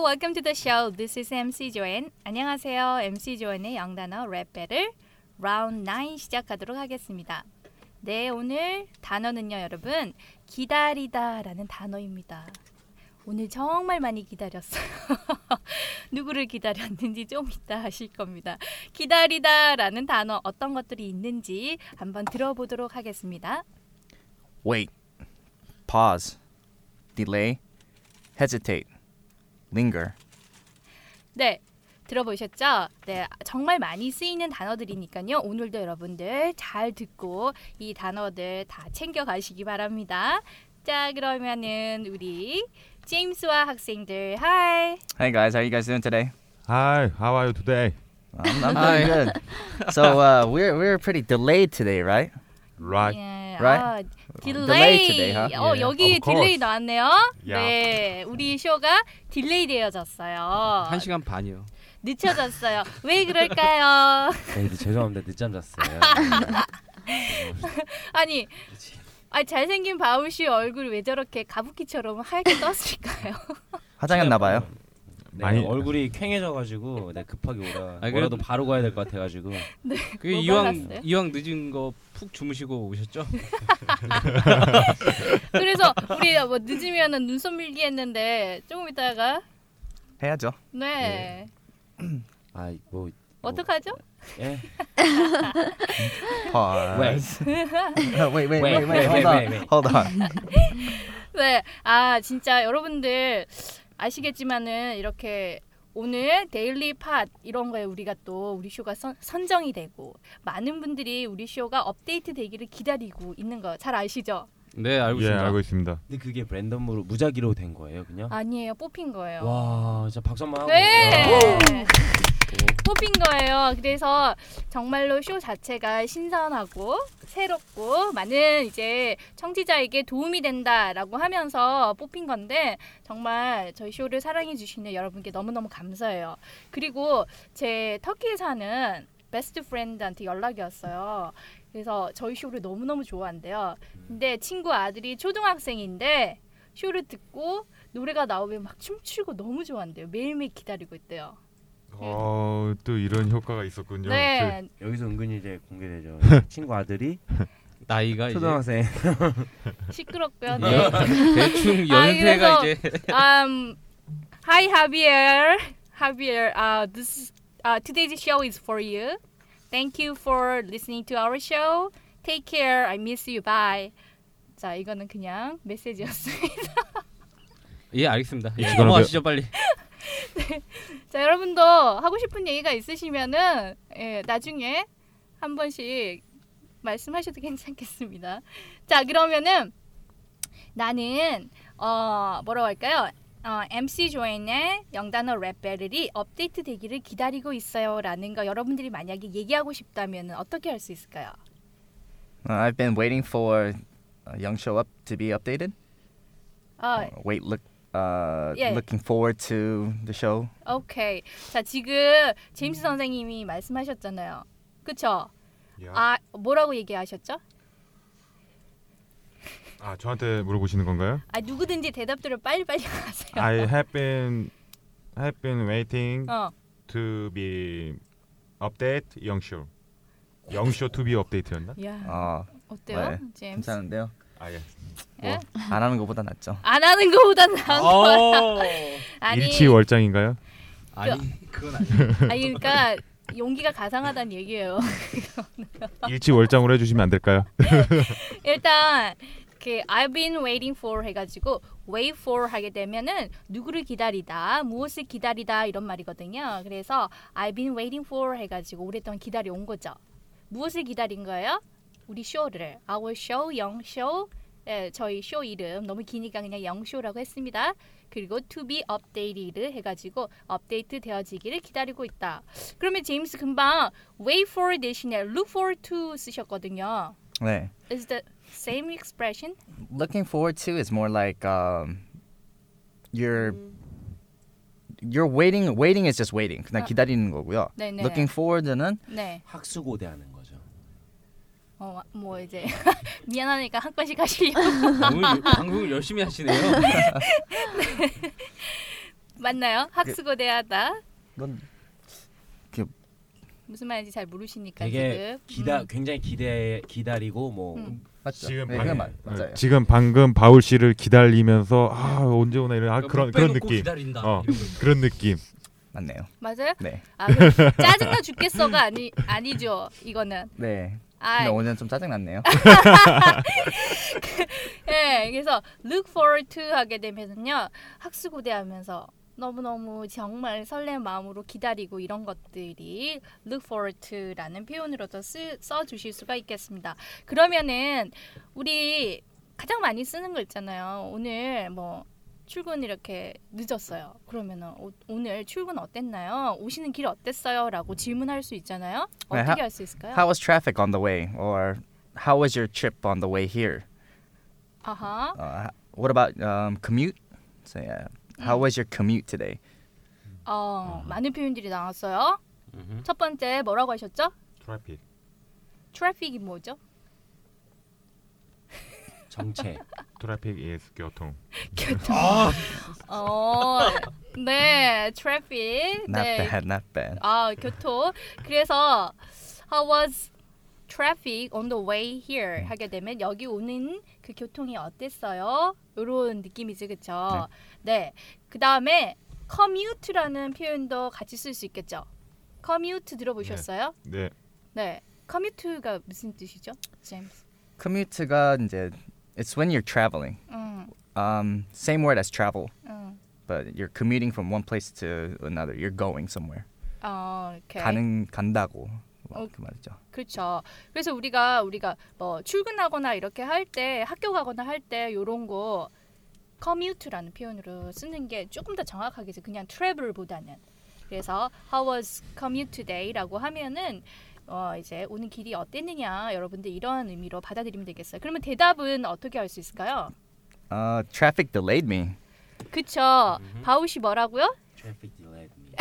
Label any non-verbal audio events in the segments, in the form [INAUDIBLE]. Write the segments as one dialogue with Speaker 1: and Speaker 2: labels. Speaker 1: welcome to the show. This is MC 조엔. 안녕하세요. MC 조엔의 영단어 랩 배틀 라운드 9 시작하도록 하겠습니다. 네, 오늘 단어는요, 여러분. 기다리다라는 단어입니다. 오늘 정말 많이 기다렸어요. [LAUGHS] 누구를 기다렸는지 좀 이따 아실 겁니다. 기다리다라는 단어 어떤 것들이 있는지 한번 들어보도록 하겠습니다.
Speaker 2: Wait. Pause. Delay. Hesitate. Linger.
Speaker 1: 네. 들어보셨죠? 네, 정말 많이 쓰이는 단어들이니까요. 오늘도 여러분들 잘 듣고 이 단어들 다 챙겨 가시기 바랍니다. 자, 그러면은 우리 제임스와 학생들 하이.
Speaker 2: Hey guys, how you guys doing today?
Speaker 3: Hi, how are you today?
Speaker 2: I'm, I'm doing good. So uh, we're we're pretty delayed today, right?
Speaker 3: Right.
Speaker 1: 예,
Speaker 2: right?
Speaker 1: 아, 딜레이.
Speaker 2: delay today, huh?
Speaker 1: 어,
Speaker 3: Yeah,
Speaker 1: 여기
Speaker 3: of course.
Speaker 1: 딜레이 나왔네요.
Speaker 3: Yeah.
Speaker 1: 네. 우리 쇼가 딜레이 되어졌어요.
Speaker 4: 한 시간 반이요.
Speaker 1: 늦춰졌어요. 왜 그럴까요? [LAUGHS]
Speaker 5: 네, 에이, 죄송합니다. 늦잠 잤어요.
Speaker 1: 아니, 아 잘생긴 바울 씨 얼굴 왜 저렇게 가부키처럼 하얗게 떴을까요?
Speaker 2: 화장했나 봐요.
Speaker 5: 네,
Speaker 3: 많이-
Speaker 5: 얼굴이 퀭해져가지고 네, 급하게 오라.
Speaker 4: 아, 그래도-
Speaker 5: 뭐라도 바로 가야 될 것 같아가지고.
Speaker 4: 그
Speaker 1: 뭐
Speaker 4: 이왕
Speaker 1: 발랐어요?
Speaker 4: 이왕 늦은 거 푹 주무시고 오셨죠?
Speaker 1: 그래서 우리 뭐 늦으면은 눈썹 밀기 했는데 조금 있다가
Speaker 2: 해야죠.
Speaker 1: 네
Speaker 5: 아, 뭐.
Speaker 1: 어떡하죠?
Speaker 5: 예.
Speaker 4: 아,
Speaker 2: Pause.
Speaker 5: Wait.
Speaker 2: No, [LAUGHS] wait, wait, wait, wait, hold
Speaker 5: Wait, wait, wait,
Speaker 2: on,
Speaker 5: wait, wait.
Speaker 2: hold on.
Speaker 1: 네 아 진짜 여러분들 아시겠지만은 이렇게 오늘 데일리 팟 이런 거에 우리가 또 우리 쇼가 선, 선정이 되고 많은 분들이 우리 쇼가 업데이트 되기를 기다리고 있는 거 잘 아시죠?
Speaker 4: [LAUGHS] 네 알고
Speaker 3: 예,
Speaker 4: 있습니다.
Speaker 3: 알고 있습니다.
Speaker 5: 근데 그게 랜덤으로 무작위로 된 거예요, 그냥?
Speaker 1: 아니에요 뽑힌 거예요.
Speaker 5: 와, 진짜 박수만 하고. 아,
Speaker 1: 네. 뽑힌 거예요. 그래서 정말로 쇼 자체가 신선하고 새롭고 많은 이제 청취자에게 도움이 된다라고 하면서 뽑힌 건데 정말 저희 쇼를 사랑해 주시는 여러분께 너무너무 감사해요. 그리고 제 터키에 사는 베스트 프렌드한테 연락이 왔어요. 그래서 저희 쇼를 너무너무 좋아한대요. 근데 친구 아들이 초등학생인데 쇼를 듣고 노래가 나오면 막 춤추고 너무 좋아한대요. 매일매일 기다리고 있대요.
Speaker 3: 어, 또 이런 효과가 있었군요.
Speaker 1: 네,
Speaker 5: 여기서 은근히 이제
Speaker 4: [LAUGHS]
Speaker 5: 공개되죠. 친구 아들이
Speaker 4: 나이가
Speaker 5: 초등학생.
Speaker 1: 시끄럽고요.
Speaker 4: 이제
Speaker 1: 네. [LAUGHS]
Speaker 4: 여- 예, 대충 연세가
Speaker 1: 그래서-
Speaker 4: 이제
Speaker 1: um, hi Javier. Javier, uh, this uh, today's show is for you. Thank you for listening to our show. Take care. I miss you. Bye. 자, 이거는 그냥 메시지였습니다.
Speaker 4: 예 알겠습니다. 예,
Speaker 3: 이거는
Speaker 1: [LAUGHS]
Speaker 4: 넘어가시죠 빨리.
Speaker 1: 자, 여러분도 하고 싶은 얘기가 있으시면은 예, 나중에 한 번씩 말씀하셔도 [LAUGHS] 괜찮겠습니다. 자, 그러면은 나는 어 뭐라고 할까요? 어, MC 조엔의 영단어 랩 배틀이 업데이트 되기를 기다리고 있어요라는 거 여러분들이 만약에 얘기하고 싶다면 어떻게 할 수 있을까요?
Speaker 2: Uh, I've been waiting for uh, Young Show Up to be updated.
Speaker 1: 어,
Speaker 2: Wait, look. Uh,
Speaker 1: Yeah.
Speaker 2: Looking forward to the show.
Speaker 1: 오케이. 자, 지금 제임스 선생님이 말씀하셨잖아요. 그쵸?
Speaker 3: 저, 야,
Speaker 1: 아, 뭐라고 얘기하셨죠?
Speaker 3: 아, 저한테 물어보시는 건가요?
Speaker 1: 아, 누구든지 대답들을 빨리빨리 [LAUGHS] 하세요.
Speaker 3: I have been have been waiting
Speaker 1: 어.
Speaker 3: to be update 영쇼. 영쇼 to be update였나?
Speaker 1: 야
Speaker 2: 어,
Speaker 1: 어때요,
Speaker 2: 네,
Speaker 1: 제임스?
Speaker 2: Uh, 괜찮은데요?
Speaker 3: 아, 예.
Speaker 1: 예?
Speaker 2: 안 하는 것보다 낫죠.
Speaker 1: 안 하는 거보다 나은 거
Speaker 4: 어.
Speaker 1: 아, 아니
Speaker 3: 일치월장인가요?
Speaker 4: 아니 그건 아니.
Speaker 1: 아니 그러니까 용기가 가상하다는 얘기예요.
Speaker 3: 일치월장으로 해 주시면 안 될까요?
Speaker 1: [LAUGHS] 일단 그 I've been waiting for 해가지고 wait for 하게 되면은 누구를 기다리다 무엇을 기다리다 이런 말이거든요. 그래서 I've been waiting for 해가지고 오랫동안 기다려 온 거죠. 무엇을 기다린 거예요? 우리 쇼를 our show 영쇼 네, 저희 쇼 이름 너무 기니까 그냥 영쇼라고 했습니다. 그리고 to be updated 해가지고 업데이트 되어지기를 기다리고 있다. 그러면 제임스 금방 wait for 대신에 look forward to 쓰셨거든요.
Speaker 2: 네.
Speaker 1: is the same expression.
Speaker 2: looking forward to is more like um, you're you're waiting. Waiting is just waiting. 그냥
Speaker 1: Mm-hmm. 아.
Speaker 2: 기다리는 거고요.
Speaker 1: 네네.
Speaker 2: Looking forward는
Speaker 1: 네.
Speaker 5: 학수고대하는 거죠.
Speaker 1: 어, 뭐 이제 [LAUGHS] 미안하니까 한 건씩 하시려고.
Speaker 3: 아,
Speaker 4: 오늘 방송을 열심히 하시네요.
Speaker 1: [LAUGHS] 맞나요?
Speaker 5: 그
Speaker 1: 학수고대하다
Speaker 2: 넌
Speaker 1: 무슨 말인지 잘 모르시니까
Speaker 5: 되게
Speaker 1: 지금
Speaker 5: 기다
Speaker 1: 음.
Speaker 5: 굉장히 기대 기다리고 뭐
Speaker 1: 음.
Speaker 2: 맞죠?
Speaker 3: 지금
Speaker 2: 네,
Speaker 3: 방금-
Speaker 2: 그건 맞- 맞아요.
Speaker 3: 지금 방금 바울 씨를 기다리면서 아 언제 오나 이런 아 그런 그런 느낌.
Speaker 4: 기다린다.
Speaker 3: 어.
Speaker 4: 이런 거.
Speaker 3: 그런 느낌.
Speaker 2: 맞네요.
Speaker 1: 맞아요?
Speaker 2: 네.
Speaker 1: 아, 그럼
Speaker 5: [LAUGHS]
Speaker 1: 짜증나 죽겠어가 아니 아니죠 이거는
Speaker 2: 네.
Speaker 1: 아
Speaker 2: 근데 오늘 좀 짜증 났네요.
Speaker 1: 예, 그래서 look forward to 하게 되면은요 학수고대하면서 너무너무 정말 설렘 마음으로 기다리고 이런 것들이 look forward to라는 표현으로도 쓰, 써주실 수가 있겠습니다. 그러면은 우리 가장 많이 쓰는 거 있잖아요. 오늘 뭐 출근 이렇게 늦었어요. 그러면은 오, 오늘 출근 어땠나요? 오시는 길 어땠어요?라고 질문할 수 있잖아요.
Speaker 2: 네,
Speaker 1: 어떻게
Speaker 2: 하-
Speaker 1: 할 수 있을까요?
Speaker 2: How was traffic on the way? Or how was your trip on the way here?
Speaker 1: 아하.
Speaker 2: Uh, what about um, commute? So yeah, how was your commute today?
Speaker 1: 어, 많은 표현들이 나왔어요.
Speaker 4: 음. 음흠.
Speaker 1: 첫 번째 뭐라고 하셨죠?
Speaker 3: 트래픽.
Speaker 1: 트래픽이 뭐죠? [LAUGHS]
Speaker 5: 정체
Speaker 3: 트래픽 is 교통.
Speaker 1: 교통. 어, 네, 트래픽.
Speaker 2: Not
Speaker 1: 네.
Speaker 2: bad, not bad.
Speaker 1: 아, 교통. 그래서 how was traffic on the way here 하게 되면 여기 오는 그 교통이 어땠어요? 요런 느낌이지, 그쵸? 네. 그 다음에 commute라는 표현도 같이 쓸 수 있겠죠? commute 들어보셨어요?
Speaker 3: 네.
Speaker 1: 네. commute가 무슨 뜻이죠, 제임스?
Speaker 2: Commute가 이제 it's when you're traveling.
Speaker 1: 음,
Speaker 2: Um, same word as travel,
Speaker 1: 음.
Speaker 2: but you're commuting from one place to another. You're going somewhere.
Speaker 1: 어, 이렇게.
Speaker 2: 가는 간다고 막
Speaker 1: 어.
Speaker 2: 그 말이죠.
Speaker 1: 그렇죠. 그래서 우리가 우리가 뭐 출근하거나 이렇게 할 때 학교 가거나 할 때 요런 거 commute라는 표현으로 쓰는 게 조금 더 정확하게 그냥 travel보다는 그래서 how was commute today라고 하면은 어 이제 오는 길이 어땠느냐 여러분들 이런 의미로 받아들이면 되겠어요. 그러면 대답은 어떻게 할 수 있을까요?
Speaker 2: Uh, traffic delayed me.
Speaker 1: 그쵸. 바우시 뭐라고요?
Speaker 5: Traffic delayed
Speaker 1: [LAUGHS]
Speaker 5: me.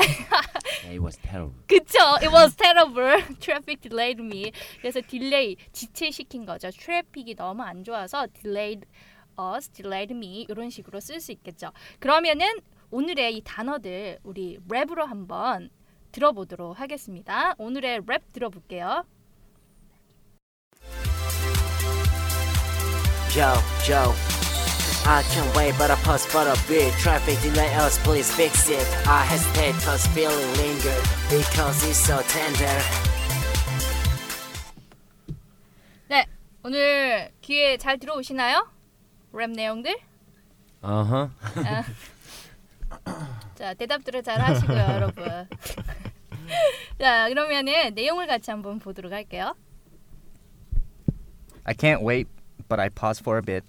Speaker 5: It was terrible.
Speaker 1: 그쵸. It was terrible. [LAUGHS] Traffic delayed me. 그래서 딜레이 지체시킨 거죠. 트래픽이 너무 안 좋아서 delayed us, delayed me 이런 식으로 쓸 수 있겠죠. 그러면은 오늘의 이 단어들 우리 랩으로 한번 들어보도록 하겠습니다. 오늘의 랩 들어볼게요.
Speaker 6: Yo, yo. I can't wait, but I pause for a bit. Traffic delay us, please fix it. I hesitate, cause feeling linger because it's so tender.
Speaker 1: 네, 오늘 귀에 잘 들어오시나요? 랩 내용들?
Speaker 4: Uh-huh.
Speaker 5: 아하.
Speaker 1: 자 대답들을 잘 하시고요, 여러분. [LAUGHS] 자 그러면은 내용을 같이 한번 보도록 할게요.
Speaker 2: I can't wait, but I paused for a bit.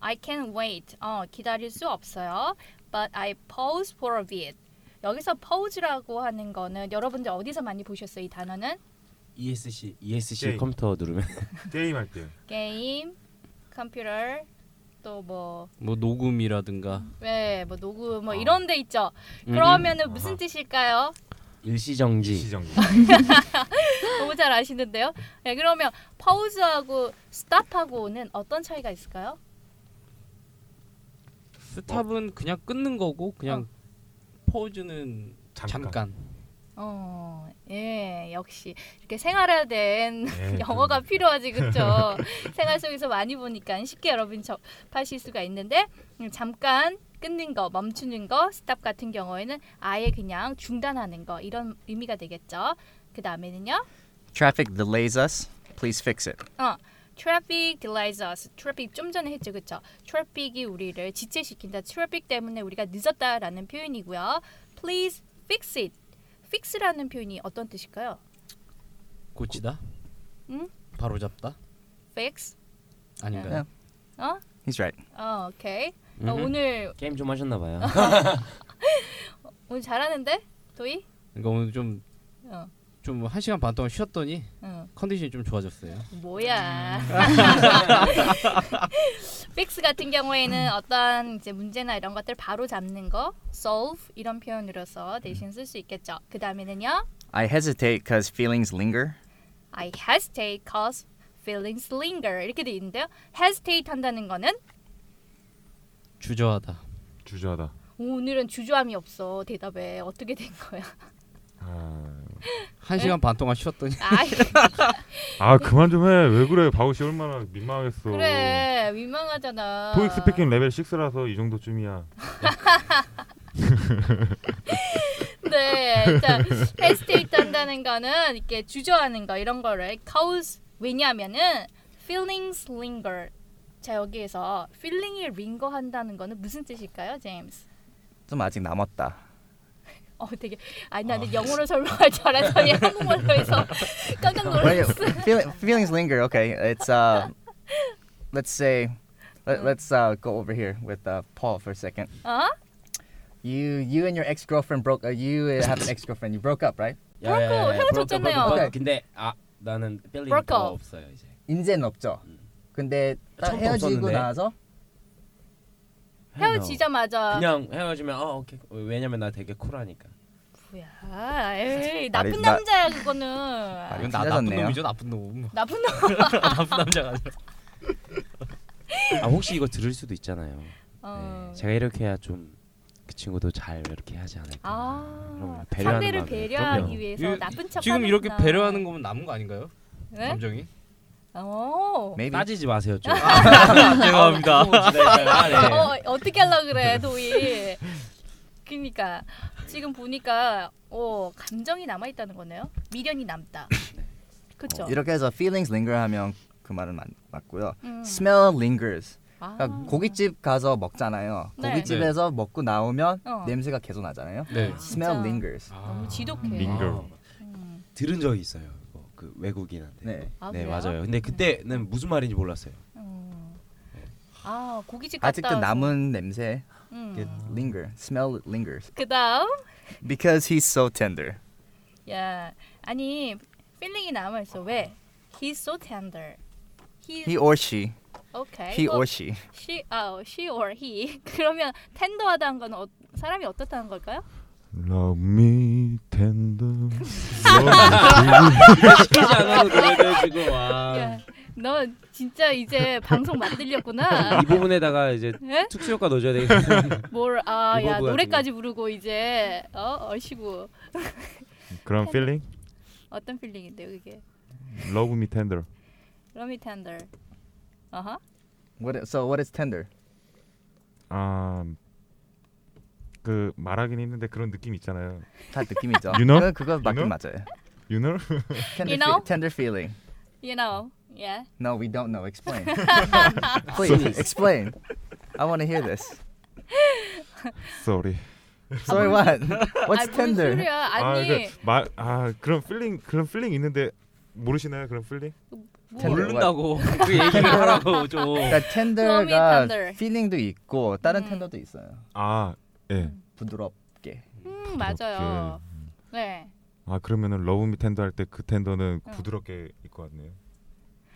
Speaker 1: I can't wait. 어, 기다릴 수 없어요. But I pause for a bit. 여기서 pause라고 하는 거는 여러분들 어디서 많이 보셨어요? 이 단어는
Speaker 5: ESC ESC
Speaker 3: 게임.
Speaker 5: E 컴퓨터 누르면
Speaker 3: 게임 할 때.
Speaker 1: 게임, 컴퓨터, 또뭐
Speaker 4: 뭐 녹음이라든가
Speaker 1: 네, 뭐 녹음 뭐
Speaker 4: 어.
Speaker 1: 이런 데 있죠.
Speaker 4: 음.
Speaker 1: 그러면은 무슨
Speaker 3: 아. 아하.
Speaker 1: 뜻일까요?
Speaker 5: [LAUGHS] 일시정지.
Speaker 3: 시정기.
Speaker 1: 너무 잘 아시는데요. 네, 그러면 pause하고 stop하고는 어떤 차이가 있을까요?
Speaker 4: 스탑은 그냥 끊는 거고 그냥 포즈는
Speaker 3: 잠깐.
Speaker 4: 잠깐.
Speaker 1: 어, 예, 역시 이렇게 생활화된 [LAUGHS]
Speaker 3: 네,
Speaker 1: 영어가
Speaker 3: 그럼.
Speaker 1: 필요하지 그쵸 [LAUGHS] 생활 속에서 많이 보니까 쉽게 여러분 접하실 수가 있는데 음, 잠깐 끊는 거 멈추는 거 스탑 같은 경우에는 아예 그냥 중단하는 거 이런 의미가 되겠죠 그 다음에는요
Speaker 2: Traffic delays us. Please fix it.
Speaker 1: 어 traffic delays us traffic 좀 전에 했죠 그쵸 traffic이 우리를 지체시킨다 traffic 때문에 우리가 늦었다라는 표현이고요 please fix it fix라는 표현이 어떤 뜻일까요
Speaker 4: 고치다.
Speaker 1: 응?
Speaker 4: 바로 잡다.
Speaker 1: fix
Speaker 4: 아닌가요?
Speaker 1: 어?
Speaker 2: He's right.
Speaker 1: 어 오케이 어,
Speaker 4: 음흠.
Speaker 1: 오늘
Speaker 5: 게임 좀 하셨나 봐요.
Speaker 1: 아,
Speaker 5: [LAUGHS]
Speaker 1: 오늘 잘하는데 도희
Speaker 4: 그러니까 오늘 좀
Speaker 1: 어.
Speaker 4: 좀 한 시간 반 동안 쉬었더니
Speaker 1: 응,
Speaker 4: 컨디션이 좀 좋아졌어요.
Speaker 1: 뭐야. [LAUGHS] 픽스 같은 경우에는 어떤 이제 문제나 이런 것들 바로 잡는 거 solve 이런 표현으로서 대신 쓸 수 있겠죠. 그 다음에는요.
Speaker 2: I hesitate because feelings linger.
Speaker 1: I hesitate cause feelings linger 이렇게 돼 있는데요. hesitate 한다는 거는
Speaker 4: 주저하다.
Speaker 3: 주저하다.
Speaker 1: 오늘은 주저함이 없어 대답에 어떻게 된 거야?
Speaker 3: 아,
Speaker 4: 한 시간 반 동안 쉬었더니
Speaker 1: 아
Speaker 3: 아 그만 좀 해 왜 그래 바우 씨 얼마나 민망했어
Speaker 1: 그래 민망하잖아.
Speaker 3: 토익 스피킹 레벨 6라서 이 정도쯤이야
Speaker 1: 네, 일단 헤스테이트 한다는 거는 이렇게 주저하는 거 이런 거를 cause 왜냐하면은 feelings linger. 자 여기에서 feeling이 linger 한다는 거는 무슨 뜻일까요, 제임스?
Speaker 2: 좀 아직 남았다.
Speaker 1: 어 되게 아니 나는 영어로 설명할 줄 알았더니 한국말로 해서 깜짝
Speaker 2: Wait,
Speaker 1: 놀랐어.
Speaker 2: feel, feelings linger. Okay, it's uh, let's say, let, let's uh, go over here with uh, Paul for a second.
Speaker 1: 어?
Speaker 2: You you and your ex girlfriend broke. Uh, you have an ex girlfriend. You broke up, right?
Speaker 1: 브로커, 헤어졌잖아요.
Speaker 2: 오케이.
Speaker 5: 근데 아 나는 빌리
Speaker 1: 브로커.
Speaker 5: 거 없어요 이제.
Speaker 2: 인제는 없죠. 근데 딱
Speaker 5: 처음부터
Speaker 2: 헤어지고
Speaker 5: 없었는데.
Speaker 2: 나서 뭐
Speaker 1: 헤어지자마자
Speaker 5: 그냥 헤어지면 어 오케이 왜냐면 나 되게 쿨하니까.
Speaker 1: 뭐야? 아, 에이 나쁜
Speaker 2: 말이- 나-
Speaker 1: 남자야 그거는.
Speaker 2: 말이-
Speaker 4: 아, 이건 나 나쁜
Speaker 2: 찢어졌네요.
Speaker 4: 놈이죠 [LAUGHS] 나쁜 놈
Speaker 1: 나쁜 남.
Speaker 4: 나쁜 남자가 아니라
Speaker 5: 아 혹시 이거 들을 수도 있잖아요.
Speaker 1: 어.
Speaker 5: 네, 제가 이렇게 해야 좀 그 친구도 잘 이렇게 하지 않을까.
Speaker 1: 아
Speaker 5: 그럼 배려하는
Speaker 1: 상대를
Speaker 5: 마음이-
Speaker 1: 배려하기
Speaker 5: 그럼요.
Speaker 1: 위해서
Speaker 4: 이거
Speaker 1: 나쁜 척
Speaker 4: 지금
Speaker 1: 하는구나.
Speaker 4: 이렇게 배려하는 거면 남은 거 아닌가요?
Speaker 1: 네?
Speaker 4: 감정이
Speaker 1: 어.
Speaker 2: maybe
Speaker 5: 따지지
Speaker 1: 아.
Speaker 5: 마세요 좀. 어.
Speaker 4: 죄송합니다
Speaker 5: 아, 네.
Speaker 1: 어 어떻게 하려 그래 도희. 그러니까 지금 보니까 어 감정이 남아 있다는 거네요. 미련이 남다. 그렇죠.
Speaker 2: 이렇게 해서 feelings linger 하면 그 말은 맞, 맞고요.
Speaker 1: 음.
Speaker 2: smell lingers.
Speaker 1: 아.
Speaker 2: 그러니까 고깃집 가서 먹잖아요.
Speaker 1: 네.
Speaker 2: 고깃집에서 먹고 나오면
Speaker 1: 어.
Speaker 2: 냄새가 계속 나잖아요.
Speaker 4: 네.
Speaker 2: smell
Speaker 1: 진짜.
Speaker 2: lingers.
Speaker 1: 너무 지독해.
Speaker 3: 링- 링거.
Speaker 1: 음.
Speaker 5: 들은 적이 있어요. 이거. 그 외국인한테.
Speaker 2: 네.
Speaker 1: 아,
Speaker 5: 네
Speaker 1: 그래요?
Speaker 5: 맞아요. 근데 그때는 무슨 말인지 몰랐어요.
Speaker 1: 음. 아 고깃집 갔다
Speaker 2: 아직도
Speaker 1: 와서.
Speaker 2: 남은 냄새
Speaker 1: 음.
Speaker 2: it linger. Smell lingers
Speaker 1: 그다음
Speaker 2: because he's so tender.
Speaker 1: 야 아니 필링이 남아 있어 왜? He's so tender. He,
Speaker 2: He or she.
Speaker 1: okay.
Speaker 2: He
Speaker 1: 어,
Speaker 2: or she.
Speaker 1: she 아 어, she or he [LAUGHS] 그러면 텐더하다는 건 어, 사람이 어떻다는 걸까요?
Speaker 3: Love me tender
Speaker 5: 시키지 않아도 노래를 지금 와.
Speaker 3: 아.
Speaker 1: 야, 그러니까 너 진짜
Speaker 3: [LAUGHS]
Speaker 1: 이제 방송 만들렸구나.
Speaker 5: 이 부분에다가 이제
Speaker 1: 예?
Speaker 5: 특수 효과 넣어줘야 [LAUGHS] 되겠다.
Speaker 1: 뭘 아, 야,
Speaker 5: 이거구나,
Speaker 1: 노래까지 부르고 이제 어, 얼씨구.
Speaker 3: 그런 feeling?
Speaker 1: 어떤 필링인데요, 그게?
Speaker 3: Love me tender
Speaker 1: 러미 텐더. 어허.
Speaker 2: What is, so what is tender?
Speaker 3: 아그 그 말하긴 했는데 그런 느낌 있잖아요
Speaker 2: 다 느낌이죠.
Speaker 3: You know?
Speaker 2: 그거- 그거 맞긴
Speaker 3: You
Speaker 2: 맞아요.
Speaker 3: know? You know?
Speaker 2: Tender,
Speaker 1: You know?
Speaker 2: fe- tender feeling.
Speaker 1: You know. Yeah.
Speaker 2: No, we don't know.
Speaker 1: [LAUGHS]
Speaker 2: Explain. Please explain. I want to hear [LAUGHS] this.
Speaker 3: Sorry
Speaker 1: [LAUGHS]
Speaker 2: Sorry, what?
Speaker 1: 아,
Speaker 2: What's
Speaker 1: 뭔
Speaker 2: tender?
Speaker 1: 소리야?
Speaker 3: 아,
Speaker 1: 아니.
Speaker 3: 그, 마, 아 그런 feeling 그런 feeling 있는데 모르시나요 그런 feeling?
Speaker 1: 뭐,
Speaker 2: 텐더.
Speaker 4: 모른다고 그 얘기를 하라고 좀
Speaker 1: Love
Speaker 2: 그러니까
Speaker 1: me
Speaker 2: tender가
Speaker 1: tender.
Speaker 2: feeling도 있고 다른
Speaker 1: 음.
Speaker 2: tender도 있어요.
Speaker 3: 아 예.
Speaker 2: 부드럽게.
Speaker 1: 음, 맞아요. 네.
Speaker 3: 아 그러면은 러브 미 텐더 할 때 그 텐더는
Speaker 1: 어.
Speaker 3: 부드럽게 입고 왔네요.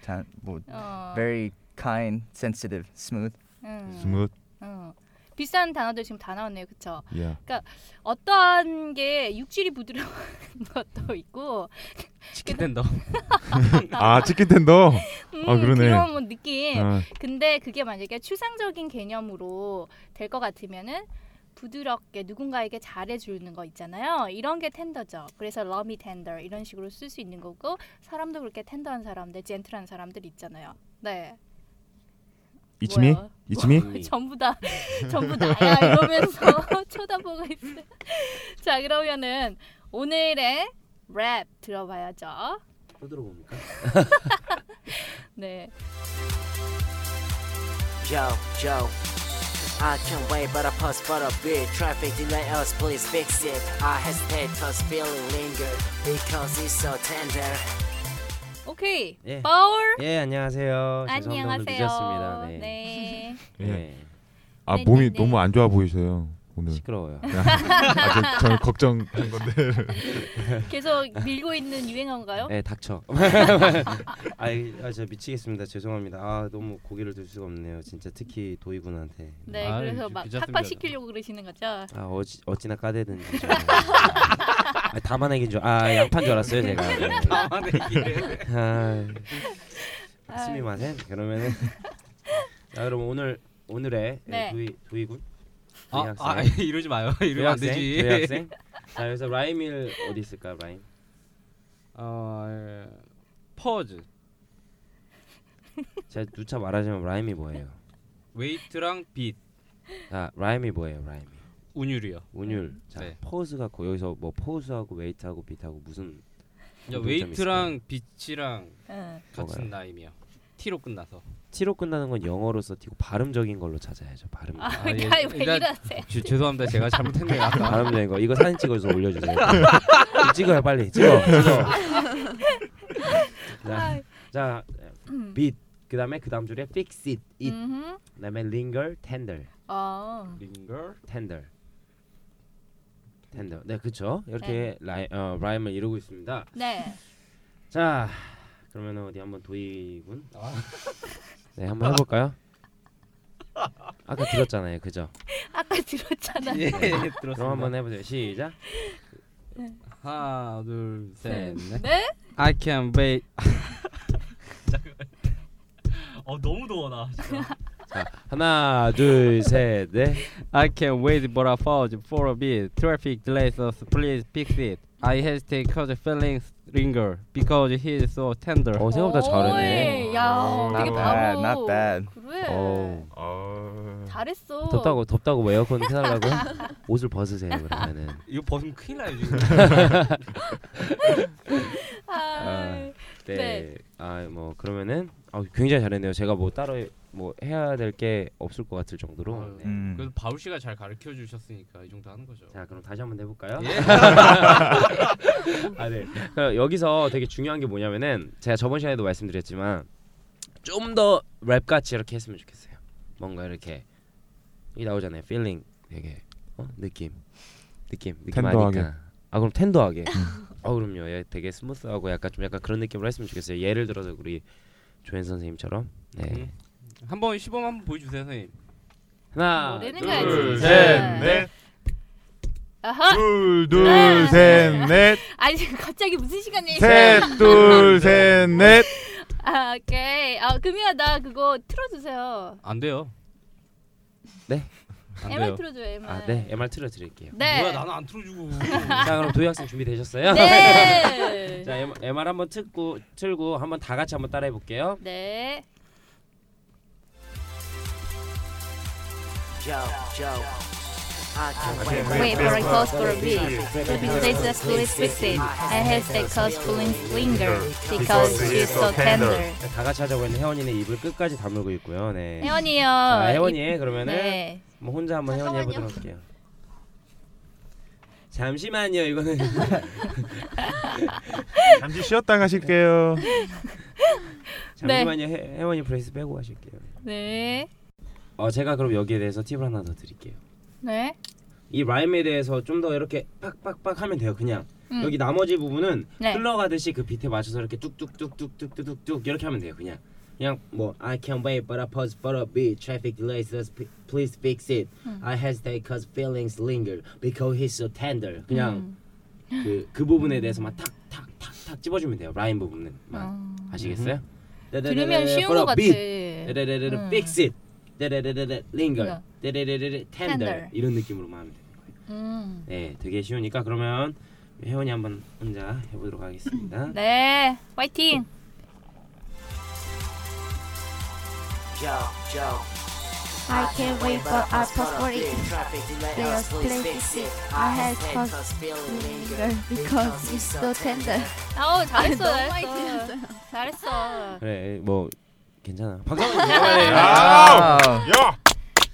Speaker 2: 자, 뭐
Speaker 1: 어.
Speaker 2: very kind, sensitive, smooth.
Speaker 1: 음,
Speaker 3: 네. 스무트
Speaker 1: 음. 비싼 단어들 지금 다 나왔네요. 그렇죠?
Speaker 3: 야.
Speaker 1: 어떠한 게 육질이 부드러운 [LAUGHS] 것도 있고
Speaker 4: 치킨 텐더
Speaker 3: 아 치킨 텐더.
Speaker 1: 음,
Speaker 3: 아, 그러네.
Speaker 1: 그런 뭐 느낌
Speaker 3: 아,
Speaker 1: 근데 그게 만약에 추상적인 개념으로 될 것 같으면은 부드럽게 누군가에게 잘해주는 거 있잖아요 이런 게 텐더죠 그래서 러미 텐더 이런 식으로 쓸 수 있는 거고 사람도 그렇게 텐더한 사람들 젠틀한 사람들 있잖아요 네
Speaker 3: 이치미?
Speaker 1: 뭐야? [LAUGHS]
Speaker 3: 이치미?
Speaker 1: 전부 다 [LAUGHS] 전부 다야 이러면서 [LAUGHS] 쳐다보고 있어요. 자 그러면은 오늘의 랩 들어봐야죠.
Speaker 5: 또 들어봅니까?
Speaker 1: [LAUGHS] 네.
Speaker 6: Yo, yo. I can't wait but I pause for a bit. Traffic delay else, please fix it. I hesitate cause feeling linger because he's so tender.
Speaker 1: 오케이.
Speaker 5: 예.
Speaker 1: 바울
Speaker 5: 예 안녕하세요. 죄송합니다. 오늘
Speaker 1: 안녕하세요.
Speaker 5: 늦었습니다. 네.
Speaker 1: 네.
Speaker 3: 예.
Speaker 5: 예.
Speaker 3: 아
Speaker 1: 네,
Speaker 3: 몸이
Speaker 1: 네, 네.
Speaker 3: 너무 안 좋아 보이세요 오늘.
Speaker 5: 시끄러워요.
Speaker 3: [LAUGHS]
Speaker 1: 음.
Speaker 3: 아, 저, 저는 걱정한 건데. [LAUGHS]
Speaker 1: 네. 계속 밀고 있는 유행어인가요?
Speaker 5: 예
Speaker 1: [LAUGHS]
Speaker 5: 닥쳐. 아저 미치겠습니다. 죄송합니다. 아 너무 고개를 들 수가 없네요. 진짜 특히 도희군한테.
Speaker 1: 네.
Speaker 4: 아이,
Speaker 1: 그래서
Speaker 4: 비-
Speaker 1: 막
Speaker 4: 비자
Speaker 1: 팍팍
Speaker 4: 들려요.
Speaker 1: 시키려고 그러시는 거죠.
Speaker 5: 아 어찌 어찌나 까대든지. 좀. 아, 담아내긴 줄. 아 양판 줄 알았어요 제가.
Speaker 1: [LAUGHS]
Speaker 5: 네. 아,
Speaker 1: 아.
Speaker 5: 스미마센. 그러면은. 자 그럼 오늘 오늘의 예,
Speaker 1: 네.
Speaker 5: 도희 도희군
Speaker 4: 아,
Speaker 5: 대학생.
Speaker 4: 아 이러지 마요. 이러면 안
Speaker 5: 대학생?
Speaker 4: 되지. [LAUGHS]
Speaker 5: 대학생? 자 여기서 라임일 어디 있을까 라임?
Speaker 4: 어, 예. 퍼즈,
Speaker 5: 제가 누차 말하자면 라임이 뭐예요?
Speaker 4: 웨이트랑 빛,
Speaker 5: 아 라임이 뭐예요 라임이?
Speaker 4: 운율이요.
Speaker 5: 운율. 자
Speaker 4: 네.
Speaker 5: 포즈 갖고 여기서 뭐 포즈하고 웨이트하고 비트하고 무슨
Speaker 4: 야,
Speaker 5: 공통점이 있을까요?
Speaker 4: 웨이트랑 빛이랑
Speaker 1: 응.
Speaker 4: 같은
Speaker 5: 뭐가요?
Speaker 4: 라임이요. T로 끝나서.
Speaker 5: T로 끝나는 건 영어로 써티고 발음적인 걸로 찾아야죠. 발음.
Speaker 1: 아,
Speaker 4: 아, 예.
Speaker 1: 야, 왜
Speaker 4: 일단-
Speaker 1: 이러세요?
Speaker 4: 주, 죄송합니다. 제가 잘못했네요. 아까.
Speaker 5: 발음적인 거. 이거 사진 찍어서 올려주세요. 이거 찍어요 빨리 찍어. 찍어. 자, 자 beat. 그다음에 그다음 줄에 fix it, it.
Speaker 1: 음흠.
Speaker 5: 그다음에 linger, tender,
Speaker 1: 어.
Speaker 5: linger, tender, tender. 네, 그렇죠. 이렇게 라이, 어, 라임을 이루고 있습니다.
Speaker 1: 네.
Speaker 5: 자, 그러면 어디 한번 도희군.
Speaker 4: 아. [LAUGHS]
Speaker 5: 네, 한번 해볼까요? 아까 들었잖아요, 그죠?
Speaker 1: 아까 들었잖아.
Speaker 4: 예, 들었습니다.
Speaker 5: 그럼 한번 해보세요. 시작.
Speaker 4: 하나, 둘, 셋, 넷.
Speaker 1: 네?
Speaker 4: I can wait. 어 너무 더워 나.
Speaker 5: 자, 하나, 둘, 셋, 넷.
Speaker 4: I can wait for a pause for a bit. Traffic delays us. Please fix it. I hesitate because feelings linger because he is so tender.
Speaker 5: 어, 생각보다 잘하네. 음.
Speaker 1: 오이, 야,
Speaker 3: 오,
Speaker 1: 되게
Speaker 2: not
Speaker 1: 바로.
Speaker 2: bad, not bad.
Speaker 1: 그래.
Speaker 5: 어,
Speaker 3: 어...
Speaker 1: 잘했어.
Speaker 5: 덥다고 덥다고 뭐 에어컨 켜달라고? 옷을 벗으세요 그러면은.
Speaker 4: 이거 벗으면 큰일 나요 지금.
Speaker 1: 아,
Speaker 5: 아. 네.
Speaker 1: 네.
Speaker 5: 아, 뭐 그러면은 아, 굉장히 잘했네요. 제가 뭐 따로 뭐 해야 될 게 없을 것 같을
Speaker 4: 아,
Speaker 5: 정도로. 네.
Speaker 2: 음.
Speaker 4: 그래도 바울 씨가 잘 가르쳐 주셨으니까 이 정도 하는 거죠.
Speaker 5: 자, 그럼 다시 한번 해볼까요?
Speaker 4: 예.
Speaker 5: [LAUGHS] 아, 네. 그럼 여기서 되게 중요한 게 뭐냐면은 제가 저번 시간에도 말씀드렸지만 좀 더 랩 같이 이렇게 했으면 좋겠어요. 뭔가 이렇게 이 나오잖아요. feeling 되게 어? 느낌 느낌 느낌
Speaker 3: 텐더하게. 음.
Speaker 5: 아니까. 아 그럼 텐더하게. 아 그럼요. 얘 되게 스무스하고 약간 좀 약간 그런 느낌으로 했으면 좋겠어요. 예를 들어서 우리 조현 선생님처럼. 네.
Speaker 4: 음. 한번 시범 한번 보여주세요 선생님.
Speaker 5: 하나,
Speaker 1: 뭐라는
Speaker 5: 둘,
Speaker 1: 거야, 진짜.
Speaker 5: 셋.
Speaker 1: 아하. 네.
Speaker 3: 둘, 둘, 셋, 넷,
Speaker 1: 아니 갑자기 무슨 시간이?
Speaker 3: 셋, 둘, 셋, 넷.
Speaker 1: 아, 오케이. 아, 금이야 나 그거 틀어주세요.
Speaker 4: 안 돼요.
Speaker 5: 네?
Speaker 4: 안
Speaker 1: MR
Speaker 4: 돼요.
Speaker 1: 틀어줘요. MR.
Speaker 5: 아, 네. MR 틀어 드릴게요.
Speaker 1: 네.
Speaker 4: 뭐야 나는 안 틀어주고.
Speaker 5: 자, 그럼 도희 학생 준비 되셨어요?
Speaker 4: [LAUGHS]
Speaker 1: 네.
Speaker 5: 자, M- MR 한번 틀고 틀고 한번 다 같이 한번 따라해 볼게요.
Speaker 1: 네.
Speaker 6: Yo, yo. I can't wait.
Speaker 1: Wait for it goes for a bit. Traffic delays us please fix it. I hesitate cause feelings linger because she's so tender.
Speaker 5: 자, 다 같이 하자고 했는데 혜원이는 입을 끝까지 다물고 있고요. 네.
Speaker 1: 혜원이요.
Speaker 5: 자, 혜원이 그러면은
Speaker 1: 네.
Speaker 5: 뭐 혼자 한번 혜원이 해 보도록 할게요. 잠시만요.
Speaker 1: [LAUGHS]
Speaker 5: 이거는 [LAUGHS]
Speaker 3: 잠시 쉬었다 가실게요.
Speaker 5: 잠시만요. 혜- 혜원이 브레이스 빼고 하실게요.
Speaker 1: 네.
Speaker 5: 어, 제가 그럼 여기에 대해서 팁을 하나 더 드릴게요.
Speaker 1: 네.
Speaker 5: 이 라임에 대해서 좀 더 이렇게 빡빡빡 하면 돼요. 그냥
Speaker 1: 음.
Speaker 5: 여기 나머지 부분은
Speaker 1: 네.
Speaker 5: 흘러가듯이 그 비트에 맞춰서 이렇게 뚝뚝뚝뚝뚝뚝뚝 이렇게 하면 돼요. 그냥 그냥 뭐 I can't wait but I pause for a bit traffic delays us p- please fix it
Speaker 1: 음.
Speaker 5: I hesitate cause feelings linger because he's so tender
Speaker 1: 음.
Speaker 5: 그냥 그 그 부분에 대해서만 탁 탁 탁 탁 찝어주면 돼요 라인 부분만 아시겠어요?
Speaker 1: 음. 들으면 쉬운
Speaker 5: For a
Speaker 1: 것 같아.
Speaker 5: bit. 데레레레레
Speaker 1: 음.
Speaker 5: fix it 데레레레레 linger
Speaker 1: 그러니까.
Speaker 5: 데레레레레
Speaker 1: Tender.
Speaker 5: tender 이런 느낌으로만 하면 돼요.
Speaker 1: 음.
Speaker 5: 네, 되게 쉬우니까 그러면 우리 혜원이 한번 혼자 해보도록 하겠습니다.
Speaker 1: 네. 화이팅.
Speaker 6: Yo, yo.
Speaker 7: I can't wait for our passport
Speaker 6: it.
Speaker 7: in
Speaker 6: Traffic delay
Speaker 7: Players
Speaker 6: us, please
Speaker 7: play
Speaker 6: fix it.
Speaker 7: fix it.
Speaker 6: I
Speaker 7: I
Speaker 6: has
Speaker 7: hate
Speaker 6: had
Speaker 7: cause
Speaker 6: cause feeling linger
Speaker 7: linger because it's so tender.
Speaker 1: 아우 잘했어.
Speaker 7: 너무 많이
Speaker 1: 잘했어. 잘했어.
Speaker 5: 그래, 뭐 괜찮아. 박수.
Speaker 1: 네.
Speaker 2: Wow.
Speaker 3: 야,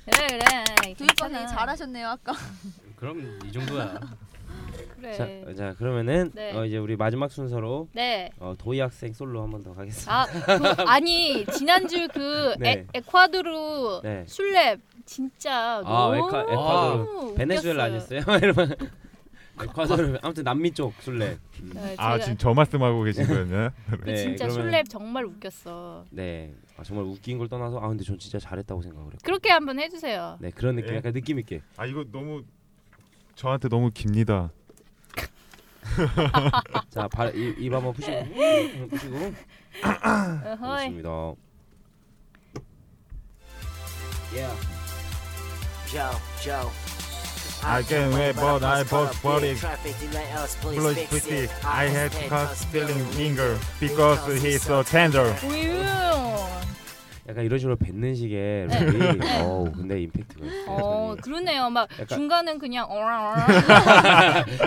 Speaker 1: 그래 그래.
Speaker 7: 도입반이
Speaker 1: 괜찮아.
Speaker 7: 잘하셨네요 아까.
Speaker 4: 그럼 이 정도야.
Speaker 1: 그래.
Speaker 5: 자, 자 그러면은
Speaker 1: 네.
Speaker 5: 어, 이제 우리 마지막 순서로
Speaker 1: 네.
Speaker 5: 어, 도희 학생 솔로 한 번 더 가겠습니다.
Speaker 1: 아, 그, 아니 지난주 그
Speaker 5: 네.
Speaker 1: 에, 에콰도르
Speaker 5: 네.
Speaker 1: 술랩 진짜
Speaker 5: 아,
Speaker 1: 너무
Speaker 5: 에콰- 에콰도르.
Speaker 1: 웃겼어요.
Speaker 5: 베네수엘라 아니었어요? [LAUGHS] 이러면 에콰도르 아무튼 남미 쪽 술래.
Speaker 1: 네, 제가,
Speaker 3: 아 지금 저 말씀하고 계신 거였냐?
Speaker 5: 네,
Speaker 1: 진짜
Speaker 5: 그러면-
Speaker 1: 술랩 정말 웃겼어.
Speaker 5: 네, 아, 정말 웃긴 걸 떠나서 아 근데 전 진짜 잘했다고 생각을 해요.
Speaker 1: 그렇게 한번 해주세요.
Speaker 5: 네, 그런 느낌,
Speaker 3: 네.
Speaker 5: 약간 느낌 있게.
Speaker 3: 아 이거 너무 저한테 너무 깁니다.
Speaker 5: 자, 발, 입, 입 한번 푸시고,
Speaker 1: 네.
Speaker 5: 음, 푸시고.
Speaker 1: 어허이.
Speaker 5: 그렇습니다. Yeah.
Speaker 6: Joe, Joe.
Speaker 3: I can't wait, but I both for it.
Speaker 6: Traffic delay oh, us,
Speaker 3: Blue
Speaker 6: please fix
Speaker 3: Pretty,
Speaker 6: it.
Speaker 3: I had
Speaker 6: hate
Speaker 3: cause
Speaker 6: cause
Speaker 3: feeling linger because he's so tender.
Speaker 1: 우유.
Speaker 5: 약간 이런 식으로 뱉는 식의 랩이 어우 근데 임팩트가
Speaker 1: 어
Speaker 5: 있어요
Speaker 1: 그러네요. 막
Speaker 5: 약간-
Speaker 1: 중간은 그냥 어라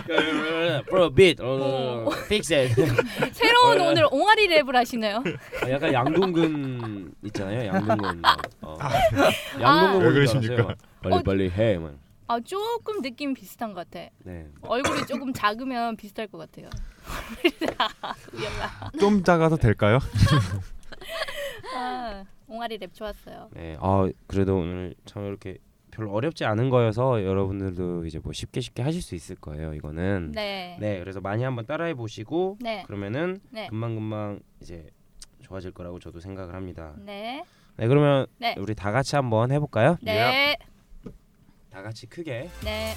Speaker 5: 그러니까 For a bit
Speaker 1: 어.
Speaker 5: Fix it
Speaker 1: 어라. 새로운 오늘 옹알이 랩을 하시네요.
Speaker 5: 아, 약간 양동근 [LAUGHS] 있잖아요 양동근 어. 양동근
Speaker 3: 왜
Speaker 5: 보는 줄
Speaker 3: 그러십니까?
Speaker 5: 알았어요. 빨리 빨리 해 막.
Speaker 1: 아 조금 느낌 비슷한 것 같아.
Speaker 5: 네.
Speaker 1: 얼굴이 조금 작으면 비슷할 것 같아요.
Speaker 3: 좀 작아서 될까요?
Speaker 1: 아, 옹알이 랩 좋았어요.
Speaker 5: 네. 아 그래도 오늘 참 이렇게 별로 어렵지 않은 거여서 여러분들도 이제 뭐 쉽게 쉽게 하실 수 있을 거예요 이거는
Speaker 1: 네.
Speaker 5: 네 그래서 많이 한번 따라해 보시고
Speaker 1: 네.
Speaker 5: 그러면은
Speaker 1: 네.
Speaker 5: 금방 금방 이제 좋아질 거라고 저도 생각을 합니다.
Speaker 1: 네.
Speaker 5: 네 그러면
Speaker 1: 네.
Speaker 5: 우리 다 같이 한번 해볼까요?
Speaker 1: 네.
Speaker 5: 다 같이 크게.
Speaker 1: 네.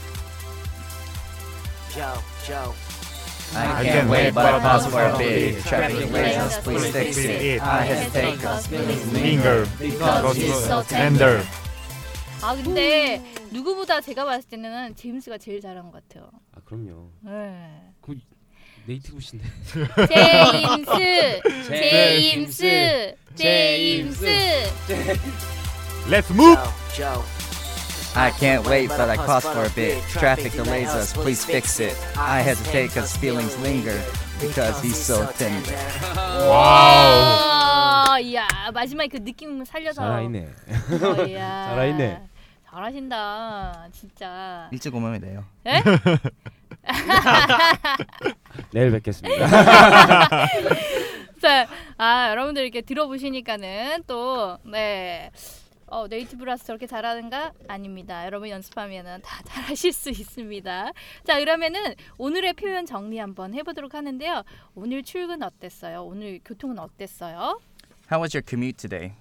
Speaker 6: Joe, Joe.
Speaker 2: I can't wait, but I pause for a bit. Traffic
Speaker 1: delays
Speaker 2: delays
Speaker 1: us,
Speaker 2: us,
Speaker 1: please
Speaker 2: please
Speaker 1: fix
Speaker 2: fix
Speaker 3: it.
Speaker 2: it.
Speaker 1: I
Speaker 2: I
Speaker 1: hate
Speaker 2: hate
Speaker 1: take us
Speaker 2: take us
Speaker 1: feelings
Speaker 2: feelings
Speaker 3: linger
Speaker 2: linger
Speaker 1: because
Speaker 3: 그러니까
Speaker 2: because
Speaker 3: 그렇죠.
Speaker 1: he's
Speaker 2: he's
Speaker 1: so
Speaker 2: so
Speaker 3: tender.
Speaker 2: tender.
Speaker 1: 아 근데 누구보다 제가 봤을 때는 제임스가 제일 잘한 것 같아요.
Speaker 5: 아 그럼요.
Speaker 1: 네.
Speaker 4: 네이티브신데.
Speaker 1: 제임스. 제임스. 제임스.
Speaker 3: Let's move.
Speaker 6: Joe,
Speaker 2: I can't wait, but I pause for a bit. Traffic delays
Speaker 6: oh,
Speaker 2: us, please fix it. I hesitate because feelings linger because he's so tender.
Speaker 1: 와우. 아, 이야 마지막에 그 느낌 살려서.
Speaker 5: 살아있네.
Speaker 1: 어, 이야.
Speaker 5: 살아있네.
Speaker 1: 잘하신다 진짜.
Speaker 2: 일찍 오면 돼요.
Speaker 1: 예?
Speaker 5: 내일 뵙겠습니다.
Speaker 1: 자, 아 여러분들 이렇게 들어보시니까는 또네 어, 네이티브라서 저렇게 잘하는가? 아닙니다. 여러분 연습하면은 다 [LAUGHS] 잘하실 수 있습니다. 자 그러면은 오늘의 표현 정리 한번 해보도록 하는데요. 오늘 출근 어땠어요? 오늘 교통은 어땠어요?
Speaker 2: How was your commute today?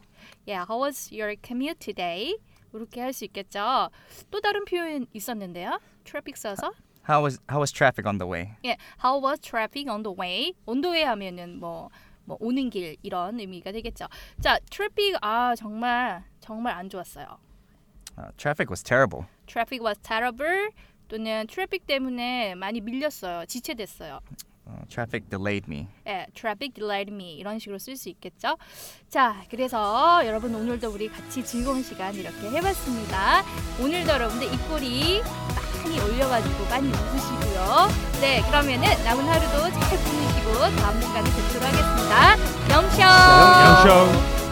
Speaker 1: Yeah, how was your commute today? 이렇게 할 수 있겠죠. 또 다른 표현 있었는데요. 트래픽 써서
Speaker 2: How was how was traffic on the way?
Speaker 1: 예, how was traffic on the way? on the way 하면은 뭐, 뭐 오는 길 이런 의미가 되겠죠. 자, traffic 아 정말 정말 안 좋았어요.
Speaker 2: Uh, traffic was terrible.
Speaker 1: Traffic was terrible. 또는 트래픽 때문에 많이 밀렸어요. 지체됐어요.
Speaker 2: Uh, traffic delayed me.
Speaker 1: 예, traffic delayed me 이런 식으로 쓸 수 있겠죠. 자, 그래서 여러분 오늘도 우리 같이 즐거운 시간 이렇게 해봤습니다. 오늘도 여러분들 입꼬리 많이 올려가지고 많이 웃으시고요. 네, 그러면은 남은 하루도 잘 보내시고 다음 시간에 뵙도록 하겠습니다. 영쇼.
Speaker 3: 영쇼.